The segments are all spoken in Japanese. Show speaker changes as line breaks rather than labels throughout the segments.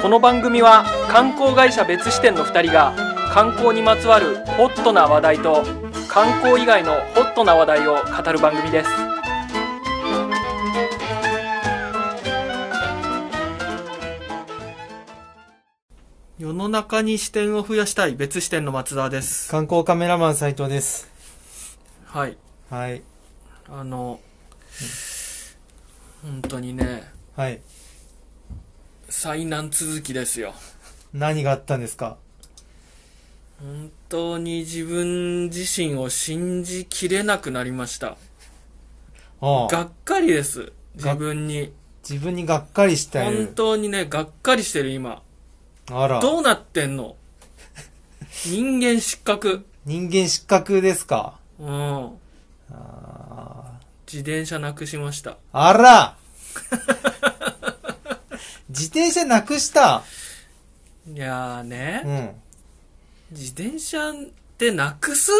この番組は観光会社別支店の2人が観光にまつわるホットな話題と観光以外のホットな話題を語る番組です世の中に視点を増やしたい別視点の松田です
観光カメラマン斉藤です。
はい
はい。
あの本当にね
はい。
災難続きですよ
何があったんですか
本当に自分自身を信じきれなくなりました
ああ
がっかりです自分に
自分にがっかりしたい
本。当にねがっかりしてる今
あら。
どうなってんの人間失格
人間失格ですか
うん
あ
自転車なくしました
ー あら自転車なくした
いやーね、
うん。
自転車ってなくす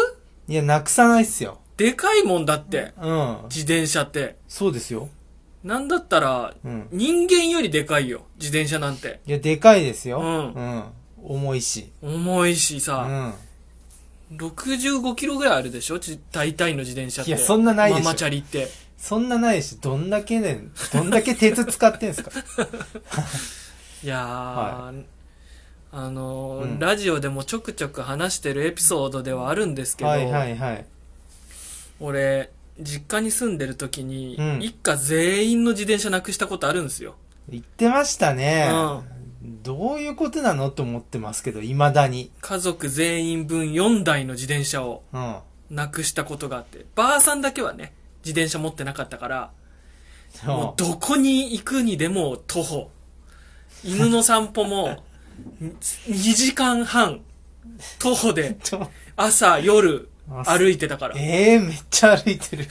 いや、なくさないっすよ。
でかいもんだって
うん。
自転車って
そうですよ。
なんだったら
うん。
人間よりでかいよ自転車なんて
いや、でかいですよ。
うん
うん。重いし。
重いし
う
さ、
ん。
65キロぐらいあるでしょじ大体の自転車って。
いやそんなないでしょ
ママチャリって。
そんなないし、どんだけね、どんだけ鉄使っ てんすか
いやー、あのー
うん
ラジオでもちょくちょく話してるエピソードではあるんですけど、
はいはいはい。
俺、実家に住んでる時に、
うん
一家全員の自転車なくしたことあるんですよ。
言ってましたね。
うん
どういうことなのと思ってますけど、未だに。
家族全員分4台の自転車を
うん。
なくしたことがあって、ばあさんだけはね、自転車持ってなかったから、もうどこに行くにでも徒歩。犬の散歩も、2時間半、徒歩で、
ちょ
朝、夜、
朝
歩いてたから。
ええめっちゃ歩いてる。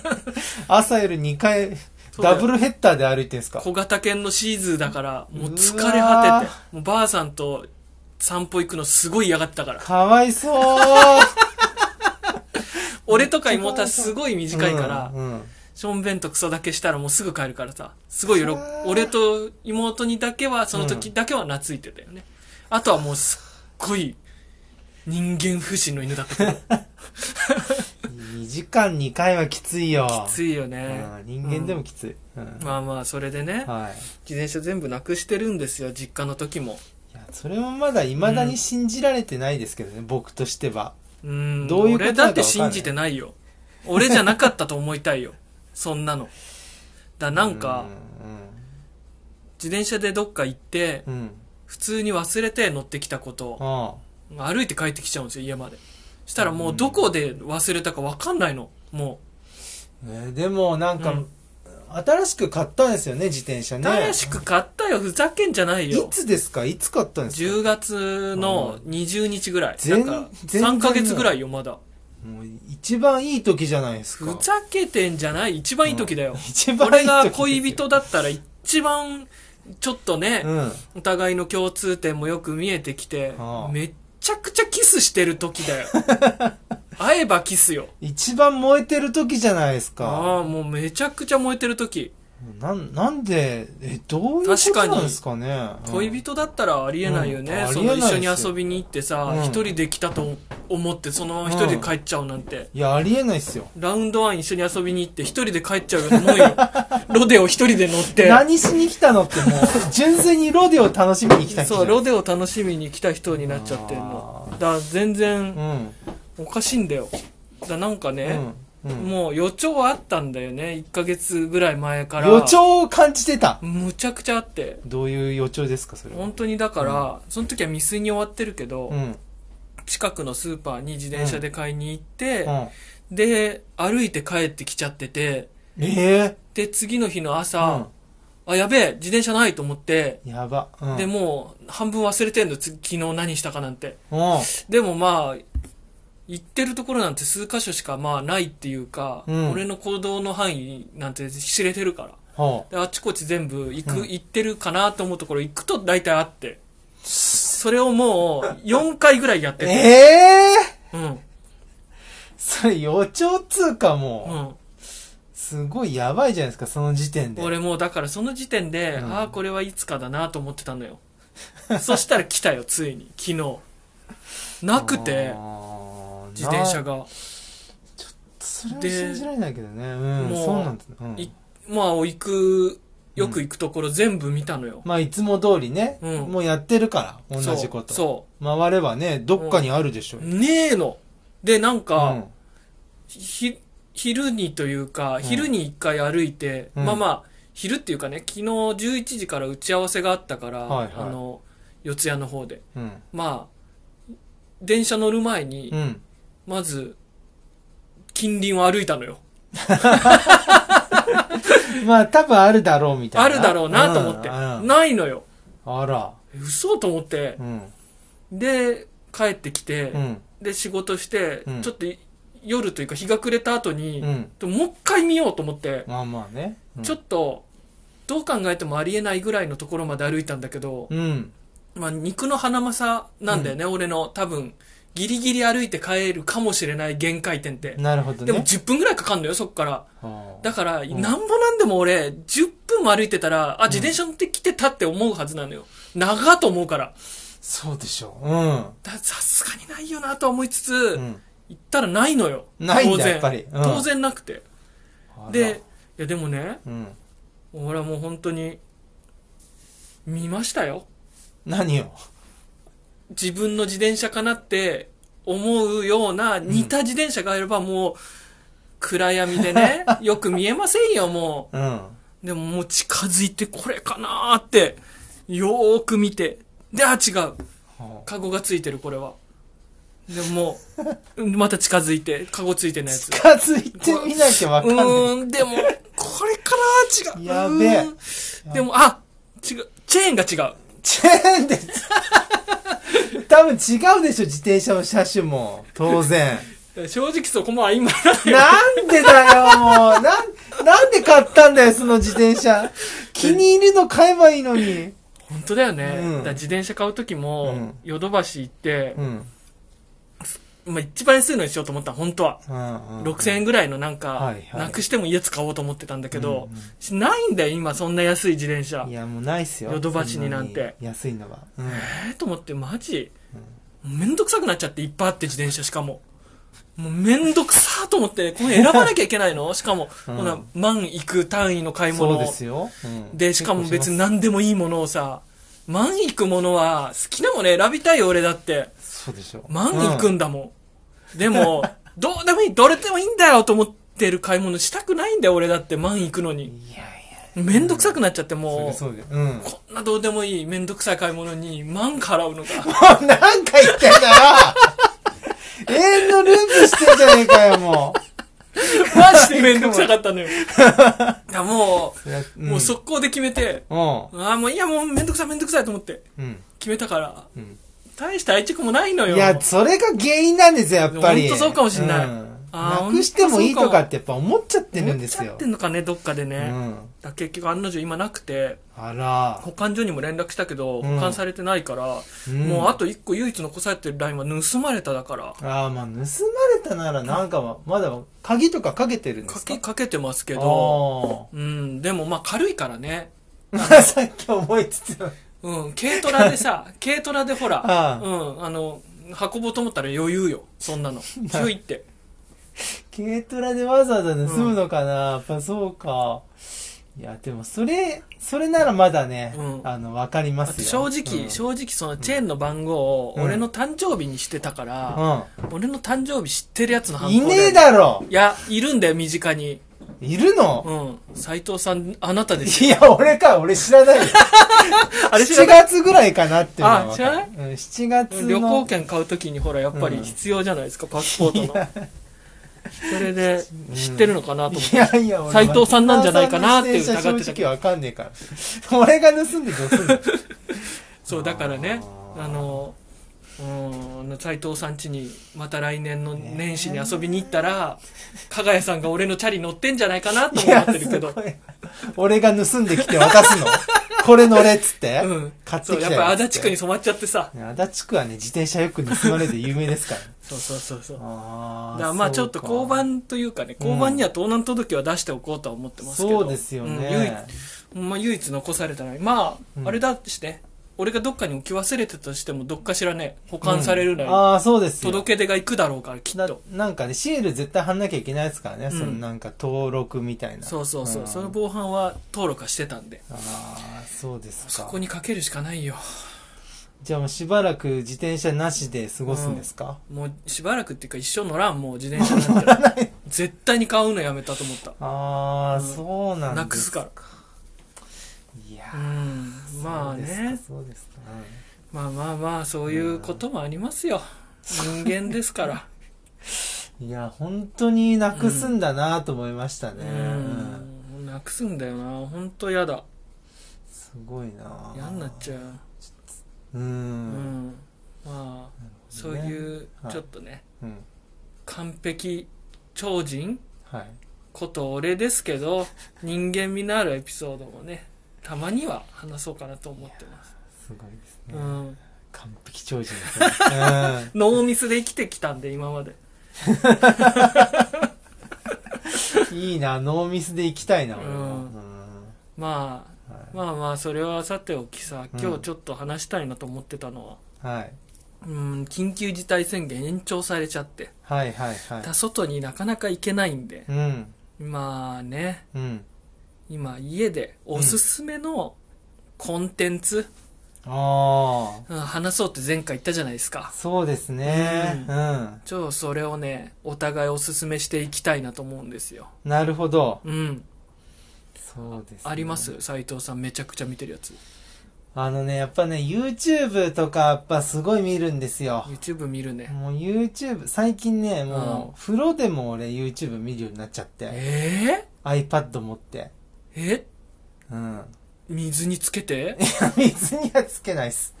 朝夜2回、
そうだよ
ダブルヘッダーで歩いてんすか
小型犬のシーズーだから、もう疲れ
うわ
果てて、もうばあさんと散歩行くのすごい嫌がってたから。
かわいそう
俺とか妹はすごい 短いから、
うんうん
しょんべんとクソだけしたらもうすぐ帰るからさ、すごい喜
うわ、
俺と妹にだけは、その時だけは懐いてたよね。あとはもうすっごい、人間不信の犬だったけど。
2時間2回はきついよ。
きついよね、
うん人間でもきつい。 うん
まあまあそれでね、
はい。
自転車全部なくしてるんですよ実家の時も
いや、それもまだ未だに信じられてないですけどね、僕としては。
うん
どういうこと
俺
だか
だって信じてないよ俺じゃなかったと思いたいよ そんなのだからなんか、自転車でどっか行って
うん。うん。うん。
普通に忘れて乗ってきたことを
ああ
歩いて帰ってきちゃうんですよ家までしたらもうどこで忘れたか分かんないのも
えーでもなんか、
うん
新しく買ったんですよね自転車
う
ね
新しく買ったよふざけんじゃないよ
いつですかいつ買ったんですか
10月の20日ぐらいなん
全
か
全然
3ヶ月ぐらいよまだ
もう一番いい時じゃないですか
ふざけてんじゃない一番いい時だよ、
一番い
俺
い時です
が
よ
恋人だったら一番ちょっとね、
うん
お互いの共通点もよく見えてきて、
ああ
めっちゃくちゃキスしてる時だよ 会えばキスよ
一番燃えてる時じゃないです
ああ
か
もうめちゃくちゃ燃えてる時、
なんなんでえどういうことなんですかね
恋人だったらありえないよね、
うん
その
あり
一
えな
緒
いで
に
すよ
遊びに行ってさ
うん
一、人で来たと思ってそのまま一人で帰っちゃうなんて、
いやありえないっすよ
ラウンドワン一緒に遊びに行って一人で帰っちゃうようなもん よロデオ一人で乗って
何しに来た のってもう純粋にロデを楽しみに来た人
そうロ
デ
デオ楽しみに来た人になっちゃってんの
あ
だから全
う
然
ん
おかしいんだよだからなんか
う
ね
ん、うん
もう予兆はあったんだよね1ヶ月ぐらい前から
予兆を感じてた
むちゃくちゃあって
どういう予兆ですかそれは
本当にだから、その時は未遂に終わってるけど、
うん
近くのスーパーに自転車で買いに行って
う、ん
で歩いて帰ってきちゃってて
ええ
で次の日の
うん
朝、あやべえ自転車ないと思って
やば。うん。
でもう半分忘れてんのつ昨日何したかなんて
う
でもまあ行ってるところなんて数箇所しかまあないっていうか、
うん
俺の行動の範囲なんて知れてるから
ん。は
であっちこっち全部行く、
うん
行ってるかなと思うところ行くと大体あってそれをもう4回ぐらいやって
あ、
て、
ええ
うん
それ予兆通かも
う
う、
ん、
すごいやばいじゃないですか、その時点で。
俺もうだからその時点で、
うん
ああこれはいつかだなと思ってたのよ そしたら来たよ、ついに、昨日。なくて、
あー
自転車
な
が。
それは
で
信じられないけどねうん
もう
そうなんだ、うん
いまあ、行く、よく行くところ全部見たのよ。
まあいつも通りね、
うん
もうやってるから同じこと
そ
回ればねどっかにあるでしょ
う。そう。ねえの。で、なんか、
うん
ひ、昼にというか、
ん
昼に一回歩いて、
うん
まあまあ、昼っていうかね、昨日11時から打ち合わせがあったから、
はいはい
あの、四谷の方で。
うん
まあ、電車乗る前に、
うん
まず、近隣を歩いたのよ。
まあ多分あるだろうみたいな
あるだろうなと思って。
うんうん
ないのよ。
あら
嘘と思って
う。ん
で、帰ってきて、
うん
で、仕事して、
うん
ちょっとい夜というか日が暮れた後に、
うん
でももう一回見ようと思って、
まあまあね、うん
ちょっと、どう考えてもありえないぐらいのところまで歩いたんだけど、
うん
まあ、肉の花正なんだよね、俺の多分、ギリギリ歩いて帰るかもしれない限界点って。
なるほど
でも
ね
10分ぐらいかかんのよ、そっから。
あー
だから、
ん
なんぼなんでも俺、10分も歩いてたら、あ、自転車乗ってきてたって思うはずなのよ。長っと思うから。
そうでしょう
ださすがにないよなとは思いつつ、
う
行
ん、うん、
ったらないのよ。
ないんだ
当然
やっぱりうん
当然なくて。
あら
で、いやでもね、
うん
俺はもう本当に、見ましたよ。
何を
自分の自転車かなって思うような似た自転車があればもう、暗闇で ね、よく見えませんよ、もう。
うん
でももう近づいてこれかなーって、よーく見て。で、あ、違う。カゴがついてる、これは。でも もう、また近づいて、カゴついてないやつ。
近づいてみなきゃわかんな
う
い。
ーん、でも、これかなー違う。
やべえ
うーんでも、あ、違う。チェーンが違う。
チェーンで、 多分違うでしょ、自転車の車種も。当然。
正直そこも曖昧な のよ。
なんでだよ、もう。なん、なんで買ったんだよ、その自転 車。気に入るの買えばいいのに。
本当だよね。
うん
だから自転車買う時
う
も
ん、
ヨドバシ行って
う、ん。
まあ一番安いのにしようと思った、本当は。
うん。
6000円ぐらいのなん
は
か
い、はい
なくしてもいいやつ買おうと思ってたんだけど
うん、
ないんだよ、今、そんな安い自転車
い。や、もうないっすよ。
ヨドバシになんて
そなに安いのは。うん。
えー、と思って、マジ、めんどくさくなっちゃって、いっぱいあって、自転車しかも。もうめんどくさーと思って、これ選ばなきゃいけない のしかも、
うん
ほな、万いく単位の買い
そ
物
う
を
ですよ。うん
で、しかも別に
結構し
何でもいいものをさ、万いくものは、好きなもの選びたいよ、俺だって。
ますそうでしょ。
万いく
うん
んだもん。で も、どうでもいい、どれでもいいんだよ、と思ってる買い物したくないんだよ、俺だって、万いくのに。
いやいや。
めんどくさくなっちゃって、
そ
も
れ
う。
そうで。 うん。
こんなどうでもいい、めんどくさい買い物に、万払うの か。
もう何回言ってんだよ永遠のループしてんじゃねえかよ、も
マジでめんどくさかった のよ。いや、も
う。いや
う、もう速攻で決めて、
う
ああ、もういや、もうめんどくさいめんどくさいと思って、
ん。うん。
決めたから、
うん
大した愛着もないのよ。
いや、それが原因なんですよ、やっぱり。
ほんとそうかもしんない
うん
あー
なくしてもいいとかってやっぱ思っちゃってるんです
思っちゃ
よ
って。んのかね、どっかで
う
ね。
ん。
だから結局案の定今なくて、
あら。
保管所にも連絡したけど、
うん
保管されてないから、
うん
もうあと一個唯一残されてるラインは盗まれただから、
ああ、まあ、盗まれたならなんかは、まだ鍵とかかけてるんで
か
すか
け、
け
かけてますけ
あ
ど、
ー
うん、でもまあ軽いからね。
さっき思いつつ。
うん、軽トラで さ、軽トラでほら、
ああ
うん、あの、運ぼうと思ったら余裕よ、そんな の。ひょいって。
軽トラでわざわざ盗むのかな、やっぱそうか。いや、でもそれ、それならまだね、
うん
あの、わかりま
あ
す
と
よ。
正直、正直そのチェーンの番号を
うん
俺の誕生日にしてたから、
直。
俺の誕生日知ってるやつの
うん。
犯
い
行
ねえだろ
いや、いるんだよ、身近に。
いるの
うん。斎藤さん、あなたですよ。
いや、俺か、俺知らないよ。
あれ知ら
7
ない
月ぐらいかなっていうのは分かる
あ知
うん、7月の。
旅行券買うときにほら、やっぱり必要じゃないですか、パスポートの。それで、知ってるのかなと思って。
いやいや、俺
斉藤さんなんじゃないかなって疑ってたけど
斉藤さんの自転車正直わかんねえから。俺が盗んでどうすんの
そう、だからね、
あー
あの、うん、斎藤さん家に、また来年の年始に遊びに行ったら、加賀谷さんが俺のチャリ乗ってんじゃないかなと
い
思
や、
ってるけど
す。ごい俺が盗んできて渡すのこれ乗れっつって、
うん。
買って
そ
き
う、
た
やっ
よ
ぱ
っ
り
つ
足立
って
区に染まっちゃってさ。
足立区はね、自転車よく盗まれて有名ですから。
そうそうそうそう。だか
あー
らまあちょっと
そう
交
か
番というかね、交番には盗難届は出しておこうとは思ってますけど。
そうですよね。
うん唯一、まあ唯一残されたのに。まあ、
うん
あれだしね、俺がどっかに置き忘れてたとしても、どっかしらね、保管されるなり、
ああ、そうですよ。
届け出が行くだろうから、きっ
な
と。
なんかね、シール絶対貼んなきゃいけないですからね。
うん
そのなんか登録みたいな。
そうそうそう。
ん
その防犯は登録はしてたんで。
ああ、そうですか。
そこにかけるしかないよ。
じゃあもうしばらく自転車なしで過ごすんですか、
もうしばらくっていうか一生乗らん、もう自転車なんて。絶対に買うのやめたと思った。
ああ、
うん
そうなんです
なくすから。
いや
う
ー
ん。まあね。
そうですか。そうです
まあまあまあ、そういうこともありますよ。人間です から。
かうんいや、本当になくすんだなと思いましたね。うん
うん。なくすんだよな。ほんとやだ。
すごいな
嫌になっち
ゃ
ゃう。
う。う。
うんん。まあ、そう
う。
いう
は、い
ちょっとね、
うん。
完璧超人
はい。
こと俺ですけど、人間味のあるエピソードもね、たまには話そうかなと思ってます。
すごいです
う
ね。
ん。
完璧超人ですね。うん
ノーミスで生きてきたんで、今まで。
いいな、ノーミスで行きたいな、俺は。
う
うんん
まあ、
は
まあまあ、それはさておきさ、
うん
今日ちょっと話したいなと思ってたのは、
いはい。
うん、緊急事態宣言延長されちゃって、
はいはいはい。
だ外になかなか行けないんで、
うん。
まあね、
うん。
今家でおすすめのコンテンツ、
あ
うん話そうって前回言ったじゃないですか
あ。。そうですね。
う
うんん。
ちょ、それをね、お互いおすすめしていきたいなと思うんですよ。
なるほど。
うん。
そうです、ね。
あります斉藤さんめちゃくちゃ見てるやつ。
あのね、やっぱね、YouTube とか、やっぱすごい見るんですよ。
YouTube 見るね。
もう YouTube、最近ね、
うん
もう、風呂でも俺 YouTube 見るようになっちゃって。
え
iPad 持って。
ー、え
うん。
水につけて
水にはつけないっす。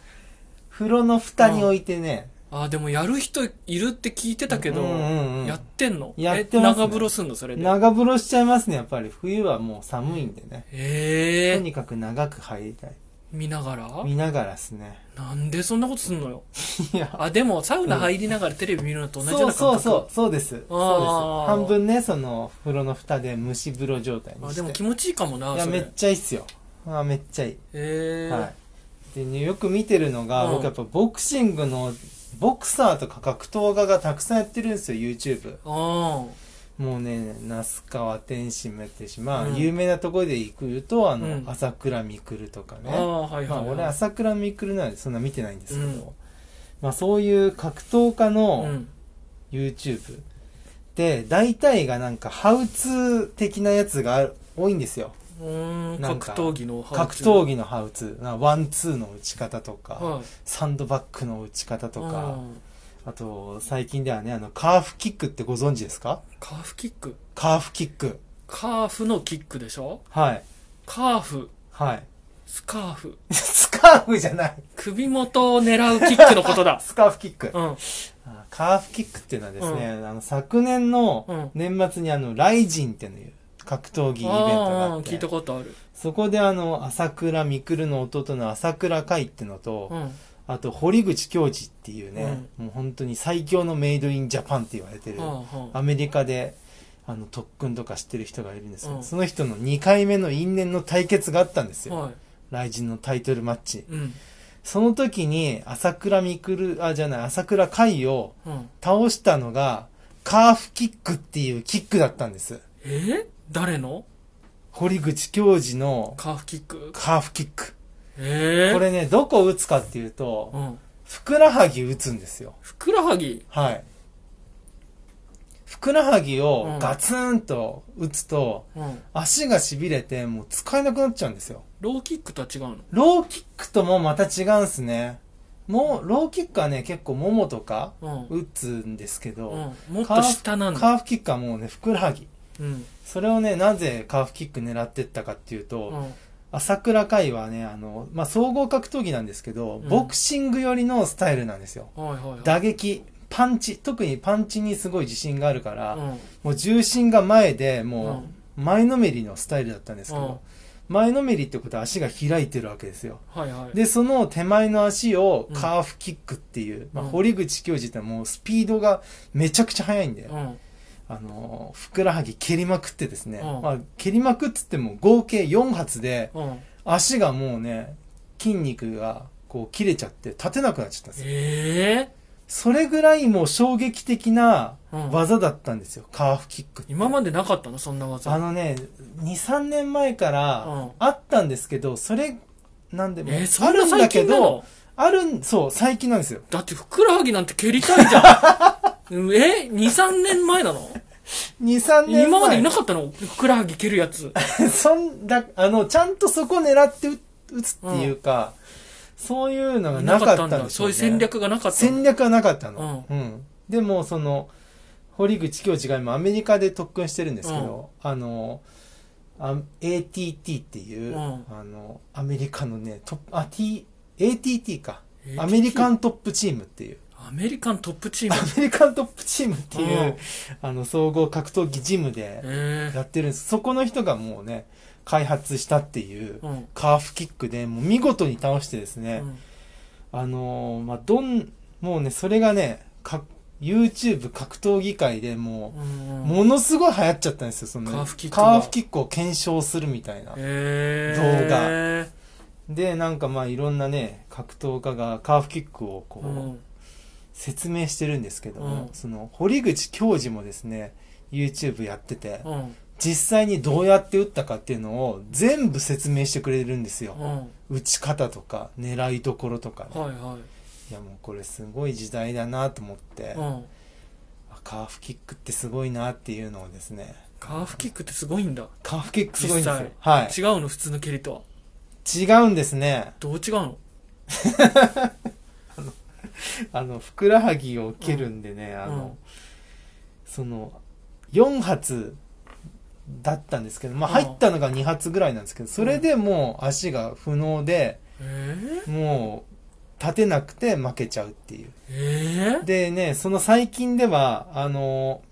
風呂の蓋に置いてね。
あー、でもやる人いるって聞いてたけど、
うんうんうん
やってんの
やってま
え、
すね
長風呂すんのそれで。
長風呂しちゃいますね、やっぱり。冬はもう寒いんでね。
え
と
ー、
にかく長く入りたい。
見ながら
見ながらですね。
なんでそんなことすんのよ。
いや、
あ、でもサウナ入りながらテレビ見るのと同じよう
そう
な感
そう
覚
そう、そうで
あ
す。
ー
そうです。半分ね、その、風呂の蓋で蒸し風呂状態にして。
あでも気持ちいいかもない
や、
そ
め
れ
っちゃいいっすよ。あーめっちゃいい。
えー
はい。でね、よく見てるのが、
うん
僕やっぱボクシングの、ボクサーとか格闘家がたくさんやってるんですよ、YouTube。
あ
もうね、那須川天心もやってるし、まあ、
うん
有名なところで行くと、あの、
うん
朝倉未来とか
あ、
ね。
ああはい
ま
は
あ、
い、はい
俺朝倉未来なんでそんな見てないんですけど、
うん
まあそういう格闘家
う
の
ん、
YouTube で大体がなんかハウツー的なやつがある多いんですよ
うーん
なん
格
か
闘技の
格闘
技
技のハウツーなワンツーの打ち方とか、
はい
サンドバッグの打ち方と
あ
か
ー
あと最近ではねあのカーフキックってご存知ですか
カーフキック
カーフキック
カーフのキックでしょ
はい
カーフ
はい
スカーフ
スカーフじゃない
首元を狙うキックのこと だ
スカーフキック
うん
あカーフキックっていうのはですね、あの昨年の年末にあの、ライジンっていう格闘技イベントが
あ
あ
あ
っ
聞い
て
た、ことある、
そこであの、朝倉未来の弟の朝倉海ってのと、
うん、
あと堀口教授っていうね、もう本当に最強のメイドインジャパンって言われてる、
はあ、は
アメリカで、あの、特訓とか知ってる人がいるんですけど、
うん
その人の2回目の因縁の対決があったんです
あ、
よ。
はい
ライジンのタイトルマッチ。
うん
その時に、朝倉未来、あ、じゃない、朝倉海を、
うん
倒したのが、カーフキックっていうキックだったんです。
えー、誰の
堀口教授の
カーフキック
カーフキック。
ええー、
これね、どこ打つかっていうと
う、ん
ふくらはぎ打つんですよ。
ふくらはぎ
はい。ふくらはぎ
う
を
ん
ガツンと打つと、
うん
足が痺れてもう使えなくなっちゃうんですよ。
ローキックとは違うの
ローキックともまた違うんすね。もう、ローキックはね、結構ももとか
うん
打つんですけど、
うん、もっと下なんだ。
カーフキックはもうね、ふくらはぎ。
うん。
それをね、なぜカーフキック狙ってったかっていうと、
うん
朝倉海はね、あの、まあ、総合格闘技なんですけど、
うん
ボクシング寄りのスタイルなんですよ。
はいはいはい。
打撃、パンチ、特にパンチにすごい自信があるから、
うん。
もう重心が前で、
う
も
ん
う前のめりのスタイルだったんですけど、前のめりってことは足が開いてるわけですよ。
はいはい。
で、その手前の足をカーフキックっていう、まあ、
うん
堀口教授ってもうスピードがめちゃくちゃ速いんで、
うん。
あのーふくらはぎ蹴りまくってですね、
うん
まあ、蹴りまくっつっても合計4発で
うん。
足がもうね筋肉がこう切れちゃって立てなくなっちゃったんですよ
ええ
それぐらいもう衝撃的な
うん
技だったんですよ、カーフキックって
今までなかったのそんな技。
あのね23年前か
うん
らあったんですけどそれなんでも
えー、
あ
そん
る
なん
だ
最
け
近な
ど
の
あるんそう最近なんですよ
だってふくらはぎなんて蹴りたいじゃん。 え ?2、3年前なの
23年前
今までいなかったのふくらはぎ蹴るやつ。
そんだ、あの、ちゃんとそこ狙って打打つっていうか、そういうのがなかったんですよ、ね。
そういう戦略がなかったんだ
戦略はなかったの。うん。でも、その、堀口教授が今アメリカで特訓してるんですけど、あの、あ ATT っていう、
うん
あの、アメリカのね、トップ、あ、T、ATT か。
ATT
アメリカントップチームっていう。
アメリカントップチーム。
アメリカントップチームっていう、
うん
あの、総合格闘技ジムで、
ええ
やってるんです。そこの人がもうね、開発したっていう、
うん
カーフキックで、もう見事に倒してですね、
うん
あのーまあ、どん、もうね、それがね、か YouTube 格闘技界でも
うん
う、
うん
ものすごい流行っちゃったんですよ、その、
カーフキックが
カーフキックを検証するみたいな。
ええ
で、なんかまあいろんなね、格闘家がカーフキックをこう、
うん
説明してるんですけども、
うん
その、堀口教授もですね、YouTube やってて、
うん
実際にどうやって打ったかっていうのを全部説明してくれるんですよ。
うん
打ち方とか、狙いどころとかね、
はいはい
やもうこれすごい時代だなと思って
い、、うん、
あカーフキックってすごいなっていうのをですね、
カーフキックってすごいんだ、
カーフキックすごいんですよ
実際。
はい。
違うの普通の蹴りとは
違うんですね。
どう違うの
あの、ふくらはぎを蹴るんでね、あの、
うん
その、4発だったんですけど、まあ
うん
入ったのが2発ぐらいなんですけど、それでもう足が不能で、
え
もう立てなくて負けちゃうっていう。
え ええ
でね、その最近では、あの、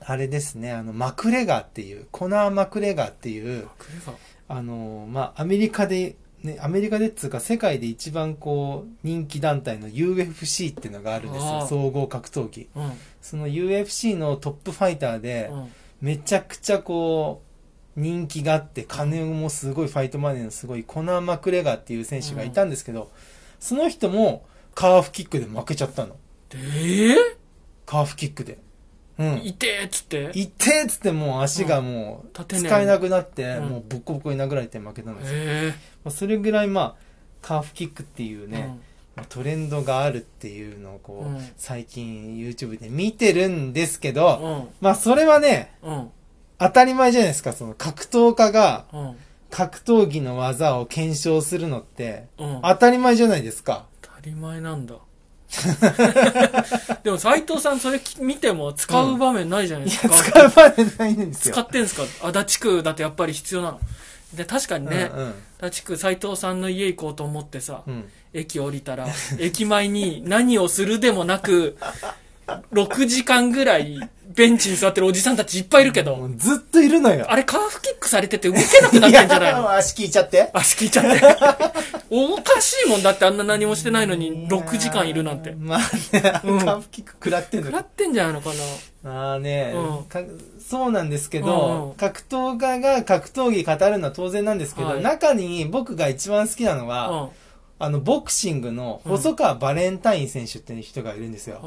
あれですね、あの、マクレガーっていう、コナー・マクレガーっていう、
クレバ
あの、まあ、アメリカで、ね、アメリカでっつうか世界で一番こう、人気団体の UFC っていうのがあるんです
あ
よ
あ、
総合格闘技。
うん
その UFC のトップファイターで、
うん
めちゃくちゃこう、人気があって、金もすごい、ファイトマネーのすごい、コナー・マクレガーっていう選手がいたんですけど、その人も、カーフキックで負けちゃったの。
ええ
カーフキックで。うん。
痛えっつって
いってっつってもう足がもう
立てない
使えなくなって、
うん
もうボコボコに殴られて負けたんですよ。
え
まあそれぐらいまあ、カーフキックっていう
え
ね、まあトレンドがあるっていうのをこう、
うん
最近 YouTube で見てるんですけ
う
ど、
ん
まあそれはね、
うん
当たり前じゃないですか、その格闘家が
うん
格闘技の技を検証するのって、
うん
当たり前じゃないですか。
当たり前なんだ でも斎藤さんそれき見ても使う場面ないじゃない
い
で
や、
すか、
使う場面ないんですよ。
使ってんすか足立区だとやっぱり必要なので確かにね、
うんうん
足立区斎藤さんの家行こうと思ってさ、
うん。
駅降りたら駅前に何をするでもなく6時間ぐらいベンチに座ってるおじさんたちいっぱいいるけ
も
ど
うずっといるのよ。
あれカーフキックされてて動けなくなってんじゃない
やも
の
う足聞いちゃって。
足聞いちゃ っておかしいもんだってあんな何もしてないのに6時間いるなんて
まあね、カ
うん
ーフキック食らってんの
食らってんじゃないのかな
まあね、
うん
かそうなんですけ
うんう
ど
ん、
格闘家が格闘技語るのは当然なんですけど、
はい
中に僕が一番好きなのは、
うん
あの、ボクシングの細川バレンタイン選手っていう人がいるんですよ。
あ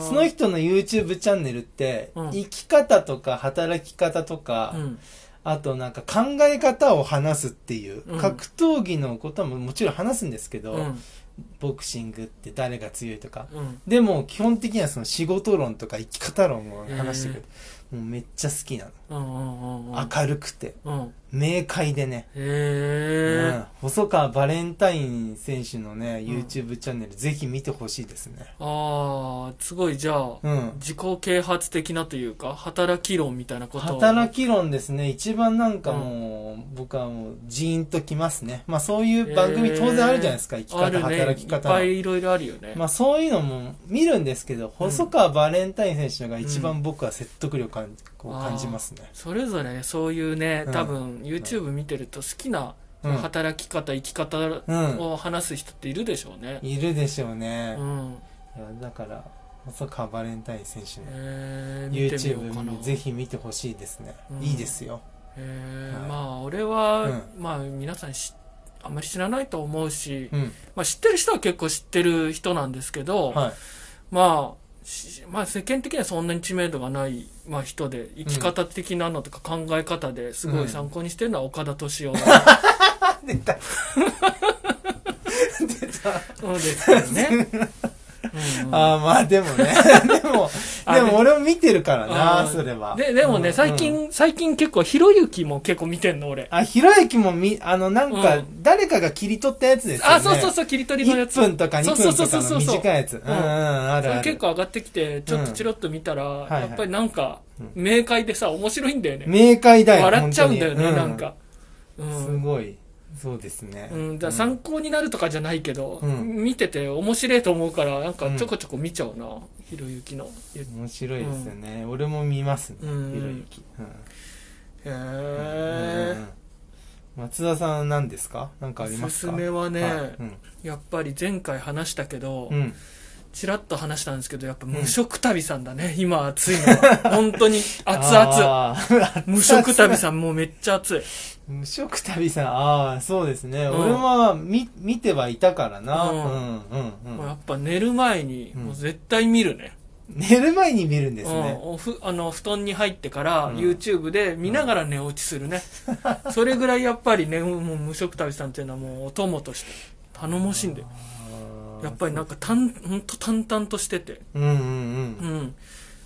ー
その人の YouTube チャンネルって、
うん
生き方とか働き方とか、
うん
あとなんか考え方を話すっていう、
うん
格闘技のことももちろん話すんですけど、
うん
ボクシングって誰が強いとか、
うん
でも基本的にはその仕事論とか生き方論を話してくる。もうめっちゃ好きなの。
うんうんうんうん
明るくて、
うん
明快でね。
へえ、
うん細川バレンタイン選手のね、YouTube チャンネルぜひ見てほしいですね。
ああすごいじゃあ、
うん。
自己啓発的なというか働き論みたいなことを
働き論ですね。一番なんかもう、僕はもう、ジーンときますね。まあそういう番組当然あるじゃないですか。生き
あ
方、
るね
働き方の
いっぱいいろいろあるよね、
まあそういうのも見るんですけど、細川バレンタイン選手のが一番僕は説得力を感じこう
あー
感じますね。
それぞれねそういうね
うん
多分 YouTube 見てると好きな
うん
働き方、生き方
うん。
を話す人っているでしょうね
いるでしょうね
う。ん、
いや、だから、細川バレンタイン選手の
えー、見てみようかな
YouTube ぜひ見てほしいですね、
うん
いいですよ
えー
はい
まあ俺は、
う
まあ皆さん知あんまり知らないと思うし、
うん。
まあ、知ってる人は結構知ってる人なんですけど、
はい。
まあ、しまあ世間的にはそんなに知名度がない、まあ、人で生き方的なのとか考え方ですごい参考にしてるのは岡田敏夫
出た。出た。
のですよ ね。うん
ああ、まあでも ね。でも、
あ
でも俺も見てるから
あ
な、
ー
それは。
ででも
う
ね
ん
最。
うん
近、最近結構ひろゆきも結構見てんの俺
あ、ひろゆきもみ、あの、なん
う
か、誰かが切り取ったやつですよね。
あそうそうそう切り取りのやつ
1分とか2
そう
分
そうそう
と
そう
か
そう
の短いやつ。うんうん、
そ
あるあ
れ
る。
結構上がってきてちょっとチロッと見たら、
いはい
やっぱりなんか
うん
明快でさ面白いんだよね
明快だよ。
笑っちゃうんだよ
本
ね、
当に
なん。か、う
うんんすごい。そうですね。
うん、だから参考になるとかじゃないけど、
うん
見てて面白いと思うからなんかちょこちょこ見ちゃうな、ひろゆきのへ
面白いですよね。俺も見ますね、ひ
う
ろ
ん
ゆき。うんうんうんう
え
ん松田さん何ですか何かあり
お
ますす
す
か
めはね、
はいうん
やっぱり前回話したけど、
うん
ちらっと話したんですけどやっぱ無職旅さんだね、今熱いの は本当に熱々
あー
無職旅さんもうめっちゃ熱い
無職旅さんああそうです
う
ね、
ん
俺は見見てはいたからな、
う
うんん、うんうん
もうやっぱ寝る前に
うん
もう絶対見るね,、
寝る前に見るんです
うん
ね、
おふあの布団に入ってから
うん
YouTube で見ながら寝落ちするね、それぐらいやっぱりねもう無職旅さんっていうのはもうお供として頼もしいんで
あー
やっぱりなんかたんほんと淡々としてて
うんうん
う
うん
ん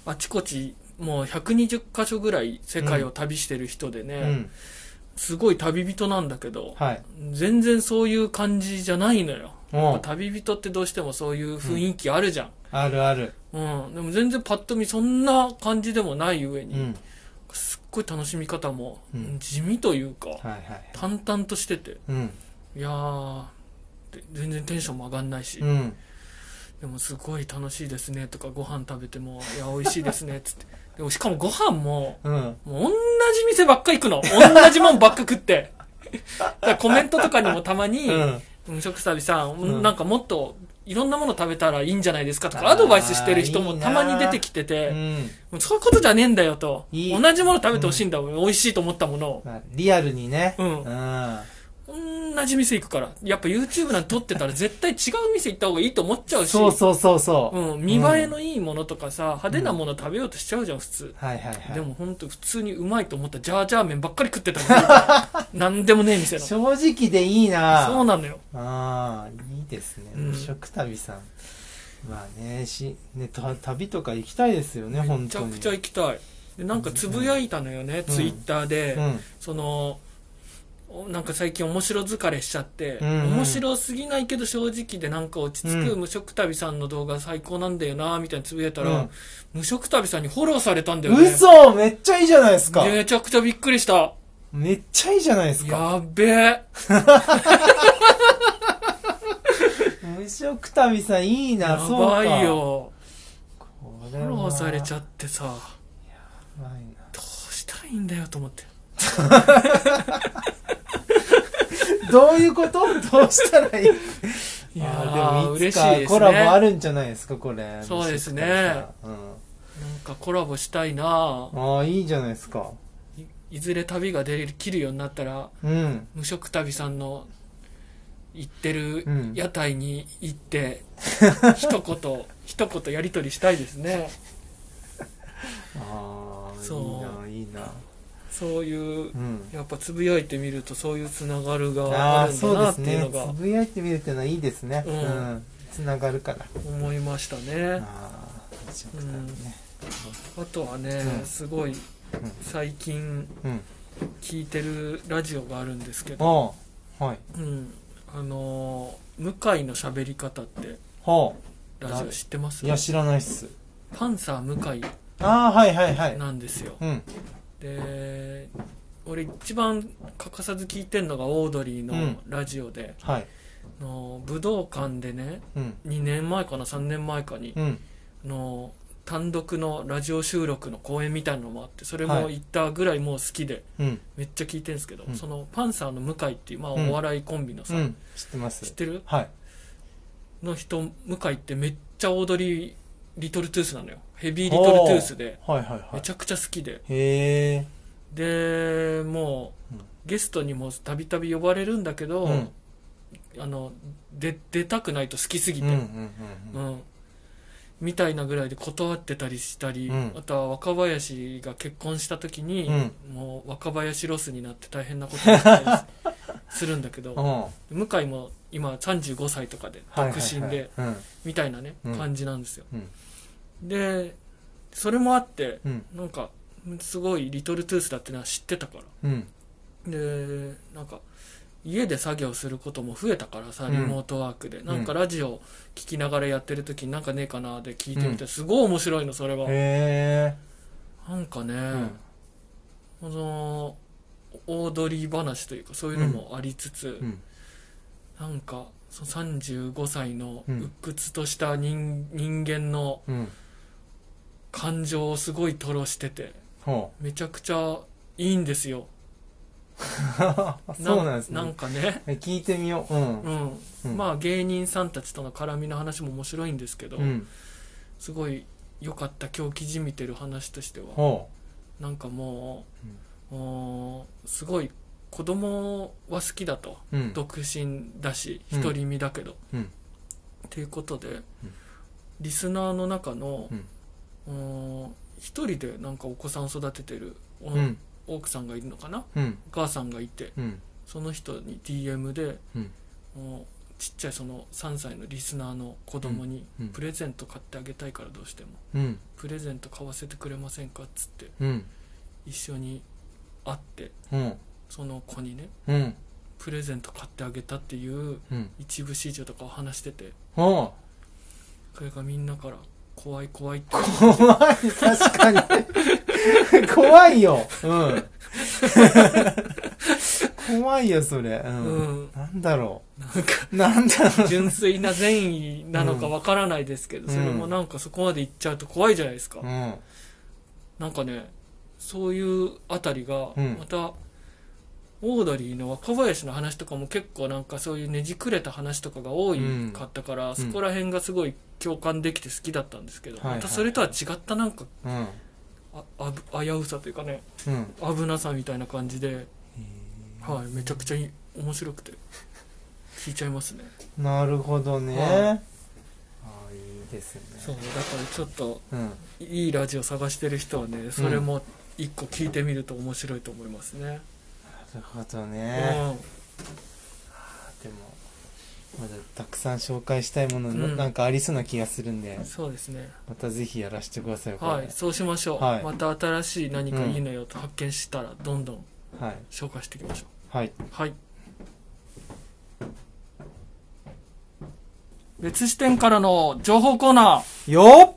あちこちもう120カ所ぐらい世界を旅してる人でね、
うん
すごい旅人なんだけど、
はい
全然そういう感じじゃないのよ。
もう
旅人ってどうしてもそういう雰囲気あるじゃん。
あるある
うん。でも全然パッと見そんな感じでもない上
う
に、
ん
すっごい楽しみ方も、
うん
地味というか、
はいはい
淡々としてて、
うん
いやー、で全然テンションも上がんないし、
うん
でもすごい楽しいですねとか、ご飯食べても、いや、美味しいですね、つって。 でもしかもご飯も、
うん
もう同じ店ばっか行くの。同じもんばっか食って。 だからコメントとかにもたまに、
うん
無職旅さん、
うん
なんかもっといろんなもの食べたらいいんじゃないですかとか
あー
アドバイスしてる人も
いい
た
な
まに出てきて
う
て、も
ん
うそういうことじゃねえんだよと。
いい
同じもの食べてほしいんだ、美味しいと思ったものを。
まあリアルにね
うん
うん
同じ店行くから。やっぱ YouTube なんて撮ってたら 絶対違う店行った方がいいと思っちゃうし。
そうそうそうそう、
うん、見栄えのいいものとかさ、派手なもの食べようとしちゃうじゃん、普通。
はいはいはい
でもほんと普通にうまいと思ったジャージャー麺ばっかり食ってたも ん。なんでもねえ店の。そ
正直でいいな
うなのよ。
ああいいですね
うん
無職旅さん、まあねしねた旅とか行きたいですよね
め
本
ち
当
ゃ
に
くちゃ行きたい。で、なんかつぶやいたのよね、ツイッターで。
うん
そのおなんか最近面白疲れしちゃって、
うんうん
面白すぎないけど正直でなんか落ち着く
うん
無職旅さんの動画最高なんだよなみたいにつぶやいたら、
うん
無職旅さんにフォローされたんだよね
嘘めっちゃいいじゃないですか
めちゃくちゃびっくりした
めっちゃいいじゃないですか
やっべえ
無職旅さんいいな
や
そうか
ばいよ
こ
フ
れは
ォローされちゃ
や
ってさど
ばいう
したらいいんだよと思って
などうい うことどうしたらいい
いや
あ
ー
ー
嬉しいです
コラボあ
ね
るんじゃないですかこれ
そうですね
無職旅さん
なんかコラボしたいな
うん、ああいいじゃないですか
いいずれ旅ができるようになったら
うん
無職旅さんの行ってる
うん
屋台に行 って、一言一言やり取りしたいですね
ああ
そう
いいないいな
そういう
うん
やっぱつぶやいてみるとそういうつながるがあ
ああ
るん
そう
だなっ
です
ていう
ね
のが
つぶやいてみるっていうのはいいですね
う
うんんつながるから
思いましたね
ああ食卓ね
あとはね、
うん
すごい最近
うん
聞いてるラジオがあるんですけど、
おうはい
うん、あのー向井の喋り方って
ほ
ラジオ知ってます
ういや知らないっす
パンサー向井
ああはいはいはい
なんですよ
うん
で俺一番欠かさず聞いてんのがオードリー
う
の
ん
ラジオで、
はい
あの武道館でね
うん
2年前かな3年前かに、
うん
あの単独のラジオ収録の公演みたいなのもあってそれも
はい
行ったぐらいもう好きで、
うん
めっちゃ聞いてるんですけど、
うん
そのパンサーの向井っていう、まあ、
うん
お笑いコンビのさ、
うん知ってま
知っ
す
てる
はい
の人向井ってめっちゃオードリーリトルトゥースなのよヘビーリトルトゥースで
はいはいは
め
い
ちゃくちゃ好きで
へえ
でもう、
うん
ゲストにもたびたび呼ばれるんだけど、
うん
あので出たくないと好きすぎ
う
て、
んうんうん
うん、みたいなぐらいで断ってたりしたり、
うん
あとは若林が結婚した時に、
う
もう若林ロスになって大変なことになったりすするんだけ
う
ど
ん うん
向井も今35歳とかで
はいはいはい
独身で
うん
みたいなね、
うん
感じなんですよ
うん
でそれもあって
うん
なんかすごいリトルトゥースだってのは知ってたから
うん
でなんか家で作業することも増えたからさ
うん
リモートワークで、なんかラジオ聞きながらやってる時になんかねえかなで聞いてみて、
う
すごい面白いのそれは
へ
なんかね、
えうん
このオードリー話というかそういうのもありつつ、
うん
なんかその35歳の
うん
鬱屈とした人人間の
うん
感情をすごい吐露してて
ほ
めちゃくちゃいいんですよ
うそうなんです
なん
ね
かね
え聞いてみよううん
うん
うん
まあ芸人さんたちとの絡みの話も面白いんですけど、
うん
すごい良かった今日記事見てる話としては
ほ
なんかもう、おーすごい子供は好きだと
ううん
独身だし
うん
独り身だけど、
うん
っていうことで、リスナーの中の
うん、
おー一人でなんかお子さん育ててる、お
うん
奥さんがいるのかな
うん
お母さんがいて
うん
その人に DM で、
うん
もうちっちゃいその3歳のリスナーの子供に
うんうん
プレゼント買ってあげたいからどうしても
うん
プレゼント買わせてくれませんかっつって
うん
一緒に会って
うん
その子にね
うん
プレゼント買ってあげたっていう
うん
一部始終とかを話してて
ほう
それがみんなから怖い怖いって
怖い、確かに。怖いよ。うん。怖いよ、それ。う。
うんん
なんだろ
なんか
う。なんだろう。
純粋な善意なのかわからないですけど、
うん
それもなんかそこまで行っちゃうと怖いじゃないですか、
うん。
なんかねそういうあたりが
うん
また、オードリーの若林の話とかも結構なんかそういうねじくれた話とかが多いかったから、そこら辺がすごい共感できて好きだったんですけど、
はいはい
またそれとは違ったなんか
うん。
ああぶ危うさというかね
うん。
危なさみたいな感じで、はい、めちゃくちゃいい面白くて聞いちゃいますね
なるほどね。
は
ああ、いいですね。
そうだからちょっと
うん。
いいラジオ探してる人はねそれも一個聞いてみると面白いと思いますね、
なるほど
うん
ね。でも、まだたくさん紹介したいもの、
うん
なんかありそうな気がするんで、
そうですね
またぜひやらせてください、これ。
はい、そうしましょう、
はい
また新しい何かいいのよと発見したらどんどん
はい。
紹介していきましょ
はい。
うはい別視点からの情報コーナー
よっ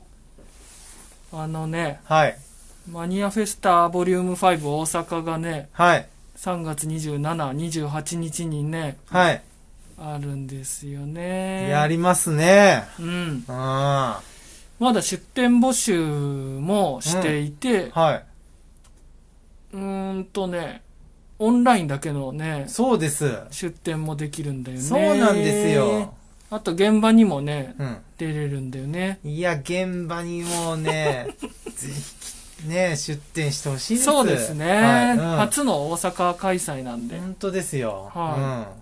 あのね
はい。
マニアフェスタボリューム5大阪がね
はい。
3月2728日にね
はい。
あるんですよね
やりますね。
うん
うん。は
まだ出店募集もしていて、
い。
うーんとねオンラインだけのね
そうです。
出店もできるんだよね
そうなんですよ。
あと現場にもね
うん。
出れるんだよね
いや、現場にもうね、 ぜひ、ね、出店してほしいです。
そうですね、
はいうん
初の大阪開催なんで、
本当ですよ。
は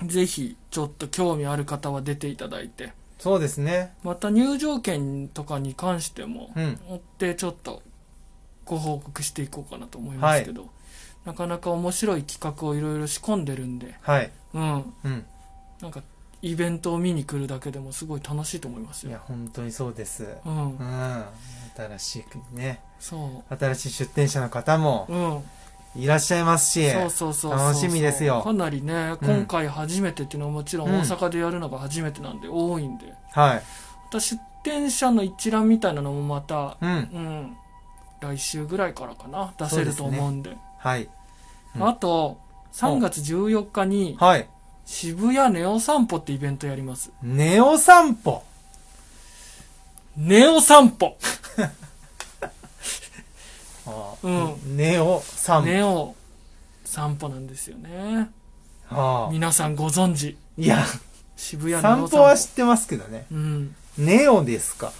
うん。
ぜひちょっと興味ある方は出ていただいて
そうですね。
また入場券とかに関しても
うん。
追ってちょっとご報告していこうかなと思いますけど、なかなか面白い企画をいろいろ仕込んでるんで
はい。
うん
うん。
なんかイベントを見に来るだけでもすごい楽しいと思います
いや、
よ、
本当にそうです。うん。
うん、
新しい、ね、
そ
新しい出店者の方も
ううん
いらっしゃいますし、
そうそうそうそう
楽しみですよ
かなりね
うん
今回初めてっていうのはもちろん
うん
大阪でやるのが初めてなんで多いんで、
はい。
また出店者の一覧みたいなのもまた
うん。
うん来週ぐらいからかな出せると思うんで
はい。うん
あと3月14日に
はい。
渋谷ネオ散歩ってイベントやります
ネオ散歩。
ネオ散歩
ああ
うん
ネオ散歩。
ネオ散歩なんですよね
ああ
皆さんご存知
いや、
渋谷ネオ
散
散歩
歩は知ってますけどね。
うん
ネオですか。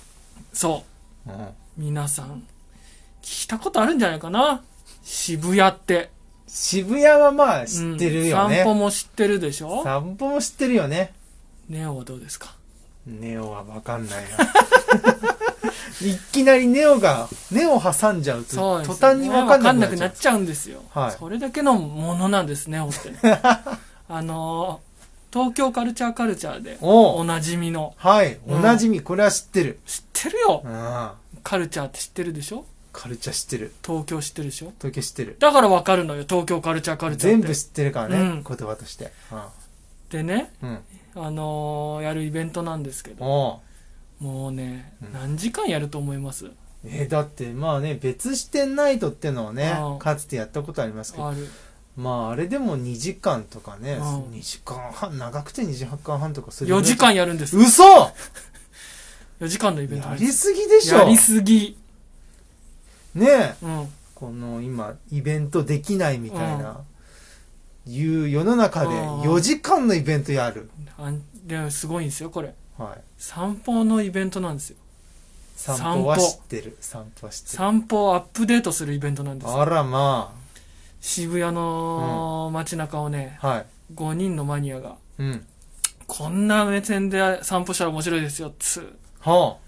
そう
うん。
皆さん聞いたことあるんじゃないかな渋谷って
渋谷はまあ知ってるよね。
散歩も知ってるでしょ
散歩も知ってるよね。
ネオはどうですか
ネオはわかんないな。 いきなりネオが、ネオ挟んじゃう
そう
と、
です
途
よ
端にわかんなくな
わくな
っちゃう
っ。ちゃうんですよ。
はい
それだけのものなんですね、お って。あのー東京カルチャーカルチャーで、
おう
おなじみの。
はい、
うん
おなじみ、これは知ってる。
知ってるよ
う。ん。
カルチャーって知ってるでしょ
カルチャー知ってる。
東京知ってるでしょ
東京知ってる。
だからわかるのよ、東京カルチャーカルチャーっ
全
て。
部知ってるからね、
うん
言葉として。
でね、
うん。うん、
あのーやるイベントなんですけど、
おう
もうね、
うん
何時間やると思います
えーだってまあね、別視点ナイトってのをね
うん、
かつてやったことありますけど、
ある。
まああれでも2時間とかね、
うん
2時間半、長くて2時間半とかするぐら
4
い
時間やるんです。
嘘
4時間のイベント
や
なんで
り
す。
すぎでしょ
やりすぎ。
ねえ、
うん。
この今、イベントできないみたいな、いう世の中で
うん
4時間のイベントやる。
あんでもすごいんですよ、これ。
はい。
散歩のイベントなんですよ。
散歩は
散歩
知ってる。散歩は知ってる。
散歩をアップデートするイベントなんですよ
あらま
渋谷の街中をね、
あ。はい。
5人のマニアが、
うん。
こんな目線で散歩したら面白いですよ、つ
は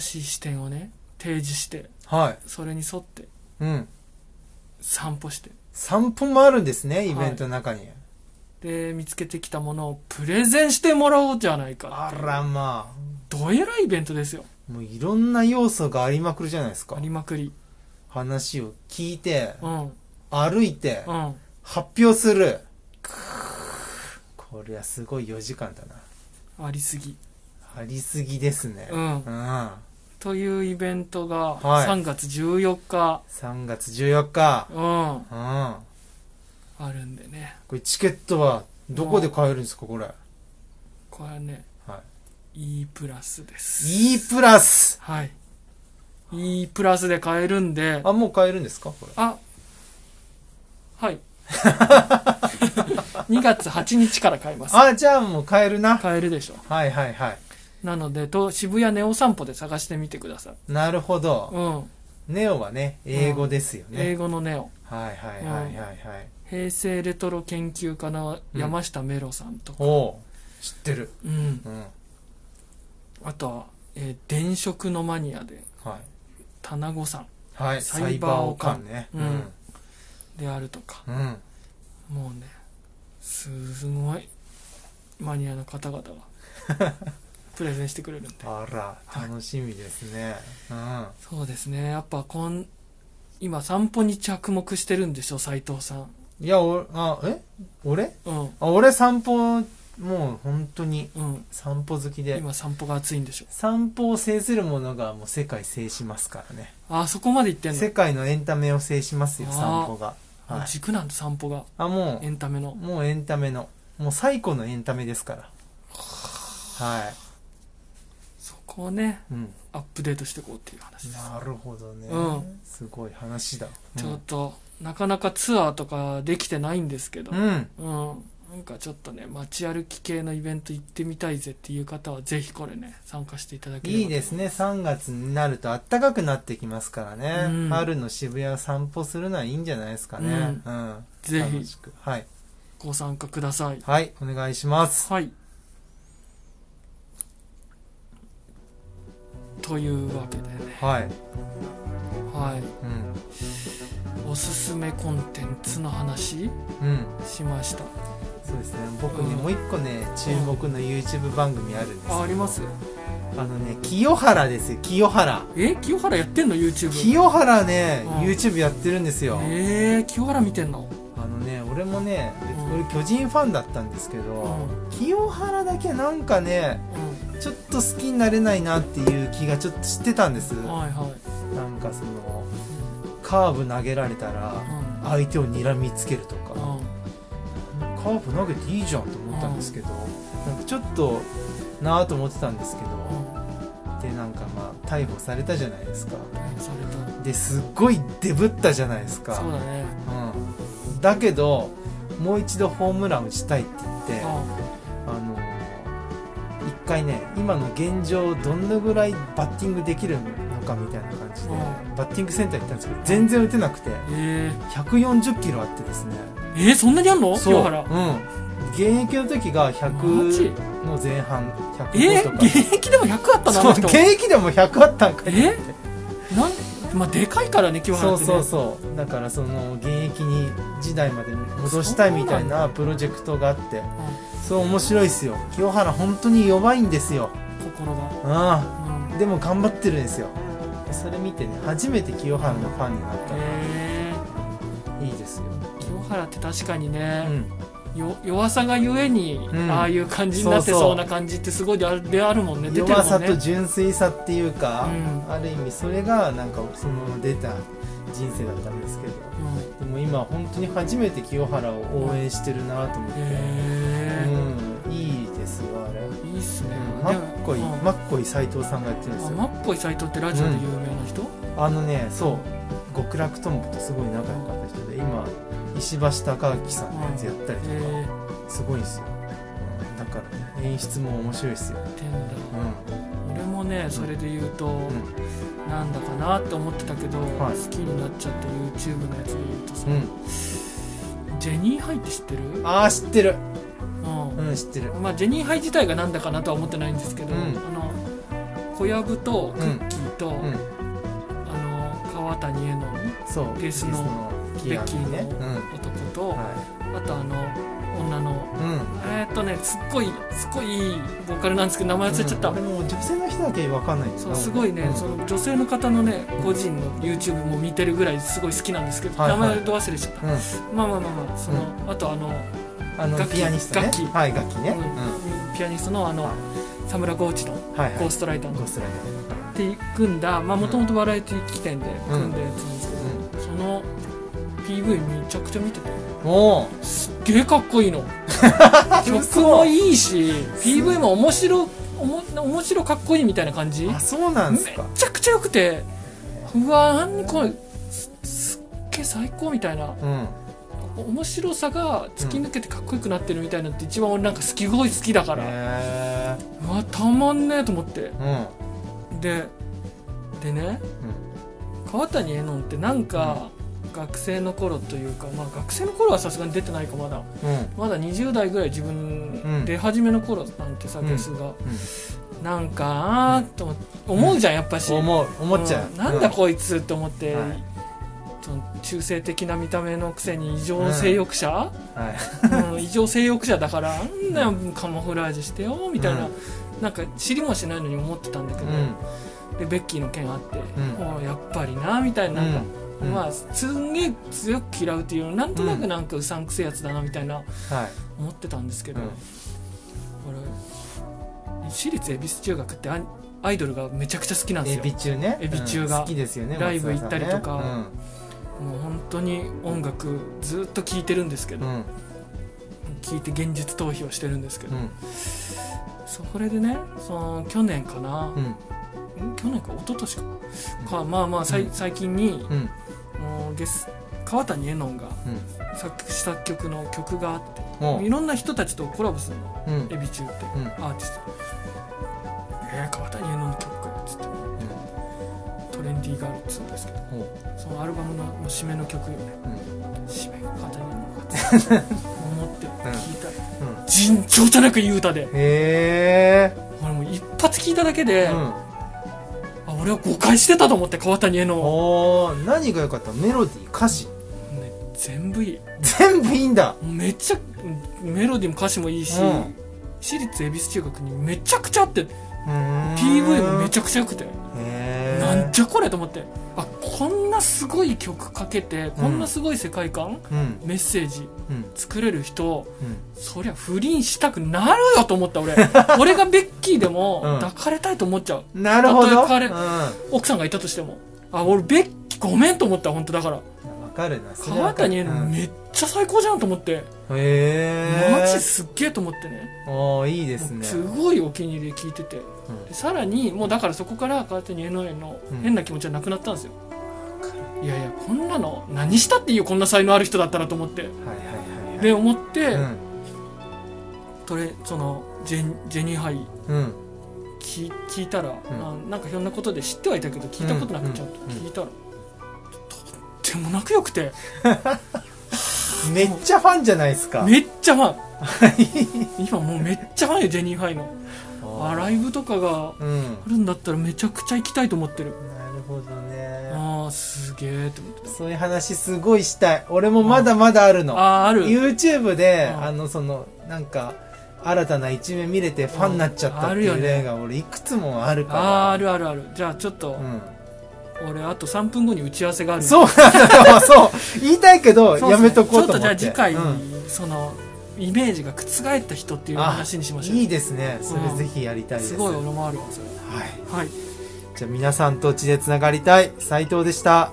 新しい視点をね、提示して、
あ。はい。
それに沿って
うん。
散歩して、
散歩もあるんですね、イベントの中に。
で、見つけてきたものをプレゼンしてもらおうじゃないか
あ
っていう。
らま
どえらいイベントですよ。
あ。もういろんな要素がありまくるじゃないですか
あ。りまくり。
話を聞いて、
うん、うん。
歩いて、
あ
発表する。これはすごい4時間だな。
りすぎ。
ありすぎですね。
うん
う。ん。
というイベントが、
はい
3月14日、
3月14日。
うん、
うん。こ
あるんでね。
れチケットはどこで買えるんですか、これ。は
これはね、
い。
E プラスです。
E プラス
はい。E プラスで買えるんで、あ、
あ、もう買えるんですかこれ。
はい。2月8日から買います。
あ、じゃあもう買えるな。
買えるでしょ。
はいはいはい。
なので、と渋谷ネオ散歩で探してみてください。
なるほど。
うん。
ネオはね、英語ですよ
英
ね。
語のネオ。
はいはいはいはいはい。
平成レトロ研究家の山下メロさんとか、
おう知ってる。
うん。
うん。
あとは、えー電飾のマニアで、
はい。
田名子さん
はい。
サ
サ
イ
イ
バ
バ
ー
ー
オ
オ
カ
カ
ン
ンね。
うん。であるとか、
うん。
もうね、すごいマニアの方々が プレゼンしてくれるんで。
あら、楽しみですね。うん。
そうですねやっぱこん今散歩に着目してるんでしょ斉藤さん
いや、お、あ、え俺
うん
あ、俺散歩、もう本当に
うん
散歩好きで、
今散歩が熱いんでしょ
散歩を制するものがもう世界制しますからね。
あそこまで行ってんの、
世界のエンタメを制しますよ、
あー
散歩が。
も
は
う
い。
軸なんだ散歩が
あ、も
エンタメ
う、
の
もうエンタメの。もう最古のエンタメですから。は
そこをね
い。うん。
アップデートしていこうっていう話です、
なるほどね。
うん
すごい話だ。
ちょっとなかなかツアーとかできてないんですけど
うん。うん。
うん、なんかちょっとね街歩き系のイベント行ってみたいぜっていう方はぜひこれね参加していただければ
いいですね。3月になると暖かくなってきますからね。
うん
春の渋谷を散歩するのはいいんじゃないですかね。うん。
ぜ
楽
ひ
しく。はい。
ご参加ください
はい、お願いします。
はい。というわけでね、
はい。
はい、
うん。
おすすめコンテンツの話
うん。
しました。
そうですね。僕ね、
うん
もう一個ね、注目の YouTube 番組あるんですけど
あ、あります。
あのね、清原ですよ、清原。
え、清原やってんの YouTube。
清原ね、
うん
YouTube やってるんですよ。
えー、清原見てんの。
あのね、俺もね、別
うん
俺巨人ファンだったんですけ
う
ど、
ん、うん、
清原だけなんかね、ちょっと好きになれないなっていう気がちょっとしてたんです。
はいは
なんかその、カーブ投げられたら、相手を睨みつけるとか。
い。うん、うん、
カープ投げていいじゃんと思ったんですけど、なんかちょっとなぁと思ってたんですけどでなんかまあ逮捕されたじゃないですか
うん、され
ですっごいデブったじゃないです
た。
か
そうだね。
うん、だけどもう一度ホームラン打ちたいって言ってあ
あ、
のー一回ね今の現状どんなぐらいバッティングできるのかみたいな感じで
う
バッティングセンター行ったんですけど全然打てなくて
えー
140キロあってですね
えー、そんなにあんの清
う、う
原。
ん、現役の時が
マジ
100の前半
え
105と
ー、
か、
現役でも100あったな、あ
そう
の人。
現役でも100あったんかい
えなんまあ、でかいからね、清
そ
原っ
う
て、ね。
そうそうだからその現役に時代まで戻したいみたいなプロジェクトがあってそう面白いっすよ清原本当に弱いんですよ
うん心が。
あ
うん
あでも頑張ってるんですよそれ見てね初めて清原のファンになったら
え
いいですよ
ー、清原って確かに
う
ね、
ん
よ弱さがゆえに、
うん
ああいう感じになって
そうそう
そうな感じってすごいであるであるもんね出てるも
弱
んね
さと純粋さっていうか、
うん
ある意味それがなんかその出た人生だったんですけど
うん
でも今本当に初めて清原を応援してるなと思って、
え
うん、いいですよあれ
ーいいっすね、
マッコイ、
でもうん
マッコイ斎藤さんがやってるんです
あ
よ
マッコイ斎藤ってラジオで有名な人、
あのねそう極楽ともとすごい仲良かった人で今石橋貴明さんのやつやったりとか、
え
すごいんですよ、うんだからね演出も面白いですよ、
ー、天だ
う
俺もねそれで言うと、
ん
なんだかなって思ってたけど、
はい
好きになっちゃった YouTube のやつで言うとさ、
うん
ジェニーハイって知ってる、うん
ああ知ってるうん知ってる
まあ、ジェニーハイ自体がなんだかなとは思ってないんですけど、
うん
あの小籔とクッキーと、
うん
あの川谷絵音
そう
ゲスの
ゲ
ベッ
ス
キ
の
ー
ね
の
うん
男と、
は
あとあの女の
いうん
えーっとねすっごいすっごいいいボーカルなんですけど名前忘れちゃった、
うん俺も女性の人だけわかんないんだよ
そう
な
すごいね、
うん
その女性の方のね個人の YouTube も見てるぐらいすごい好きなんですけど、
はいはい
名前ど忘れしちゃった、
うん
まあまあまあまあその、あとあの、
あの
楽器
ピアニストね
楽器
はい楽器ね
うんピアニストのあの
はい
佐村豪一の
うんはいはい
ゴーストライターの
ゴ
っ
ーストライターね
て組んだまあもともとバラエティ起点で組んだやつなんですけ
うん
ど、その PV めちゃくちゃ見てて
おお
すっげえかっこいい の曲もいいし PV も面白おも面白かっこいいみたいな感じめ
あそうなんですか
ちゃくちゃ良くてうわー何これすすっげえ最高みたいな
うん
面白さが突き抜けてかっこよくなってるみたいなのって一番俺なんかすごい好きだから、
へえ
うわたまんねえと思って
うん
ででね川谷絵音ってなんか学生の頃というか、まあ、学生の頃はさすがに出てないかまだ
うんうん
まだ20代ぐらい自
う
分
ん
出始めの頃なんてさ
うん
ですが、なんかあーと思って思うじゃんやっぱし、
思う思っちゃう、
んなんだこいつって思って、
はい
その中性的な見た目のくせに異常性欲 者、
うんはい
うん異常性欲者だからあんなカモフラージュしてよみたいな、
うん
なんか知りもし ないのに思ってたんだけ
う
ど、
ん
でベッキーの件あって、
ん
もうやっぱりなみたいななんか、
うん
まあすんげえ強く嫌うっていうよりなんとな
う
く
ん
なんかうさんくせえやつだなみたいな
はい
思ってたんですけ
う
ど、
ん
俺私立恵比寿中学ってアアイドルがめちゃくちゃ好きなんです
エ
よ
ビ中ね
エビ中
う
が
ん好きですよね
ライブ行ったりとか
松田
もう本当に音楽ずっと聴いてるんですけ
さん
ど、
ねうん
聴いて現実逃避をしてるんですけ
う
ど、
ん
それでねその去年かな、
うん
ん去年か一昨年かかまあまあさい、
うん
最近に
うんうん
もうゲス川谷絵音が
うん
作詞作曲の曲があって
も
いろんな人たちとコラボするの
ううん
エビ中って、
うん
アーティストえー、川谷絵音の曲かよっつってトレンディーガールっつうんですけど
うん
そのアルバムのもう締めの曲よね
うん
締めが川谷絵音か っつって思って聞いたら、
うん
尋常じゃなくいい歌で
へえ
俺もう一発聞いただけで、
うん
あ俺は誤解してたと思って川谷絵音、
おー何が良かったメロディー歌詞
ね、全部いい
全部いいんだ
めっちゃメロディーも歌詞もいいし、
うん
私立恵比寿中学にめちゃくちゃあって
PV
PV もめちゃくちゃ良くて、
へえ
なんじゃこれと思ってあこんなすごい曲かけてこんなすごい世界観、
うん
メッセージ
うん
作れる人
うん
そりゃ不倫したくなるよと思 った俺俺がベッキーで
う
も
ん
抱かれたいと思っちゃう、
なるほど
たとえ彼
うんわ
奥さんがいたとしてもあ俺ベッキーごめんと思った本当だから
かるなそれは
川
わかる
谷絵の
うん
めっちゃ最高じゃんと思って、
へえ
マジすっげえと思ってね
おーいいですね
すごいお気に入りで聞いてて、でさらにもうだからそこから川谷絵の絵の
うん
変な気持ちはなくなったんですよ、いやいやこんなの何したっていいよこんな才能ある人だったらと思って
はいはいはいはい
で思って、
うん
トレそのジェンジェニーハイ
うん
聴聞聞いたら、
ん
あなんかひょんなことで知ってはいたけど聞いたことな
う
く
ん
ちゃんと
うん
聞いたら、とっても仲良くて
めっちゃファンじゃないですか。
めっちゃファン今もうめっちゃファンよジェニーハイのあライブとかが
うん。
あるんだったらめちゃくちゃ行きたいと思ってる
なるほどね。
ああすげえって思って
そういう話すごいしたい。俺もまだまだある
た
の。
ああーある
YouTube で、
うん
あの、その、なんか、新たな一面見れてファンになっちゃったって
うんあ
いう
るよね
例が俺いくつもあるから。
あーあるあるあるじゃあちょっと、
う
俺あと3分後に打ち合わせがあるん
ん。
で
そうなんだ よ、そう。言いたいけど、
そうっすね
やめとこうと思って。
ちょっとじゃあ次回、
うん
そのイメージが覆った人っていう話にしましょう
いいですね。それ
うん
ぜひやりたいです。
すごい俺もあるわそれ
はい。
はい
じゃあ皆さんと地でつながりたい斉藤でした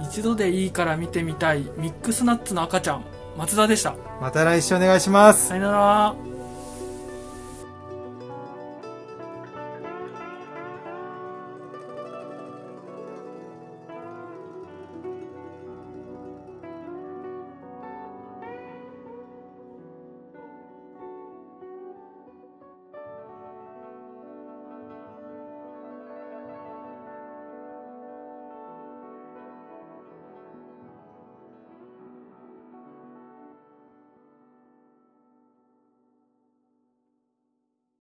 一度でいいから見てみたいミックスナッツの赤ちゃん松田でした
また来週お願いします
さよなら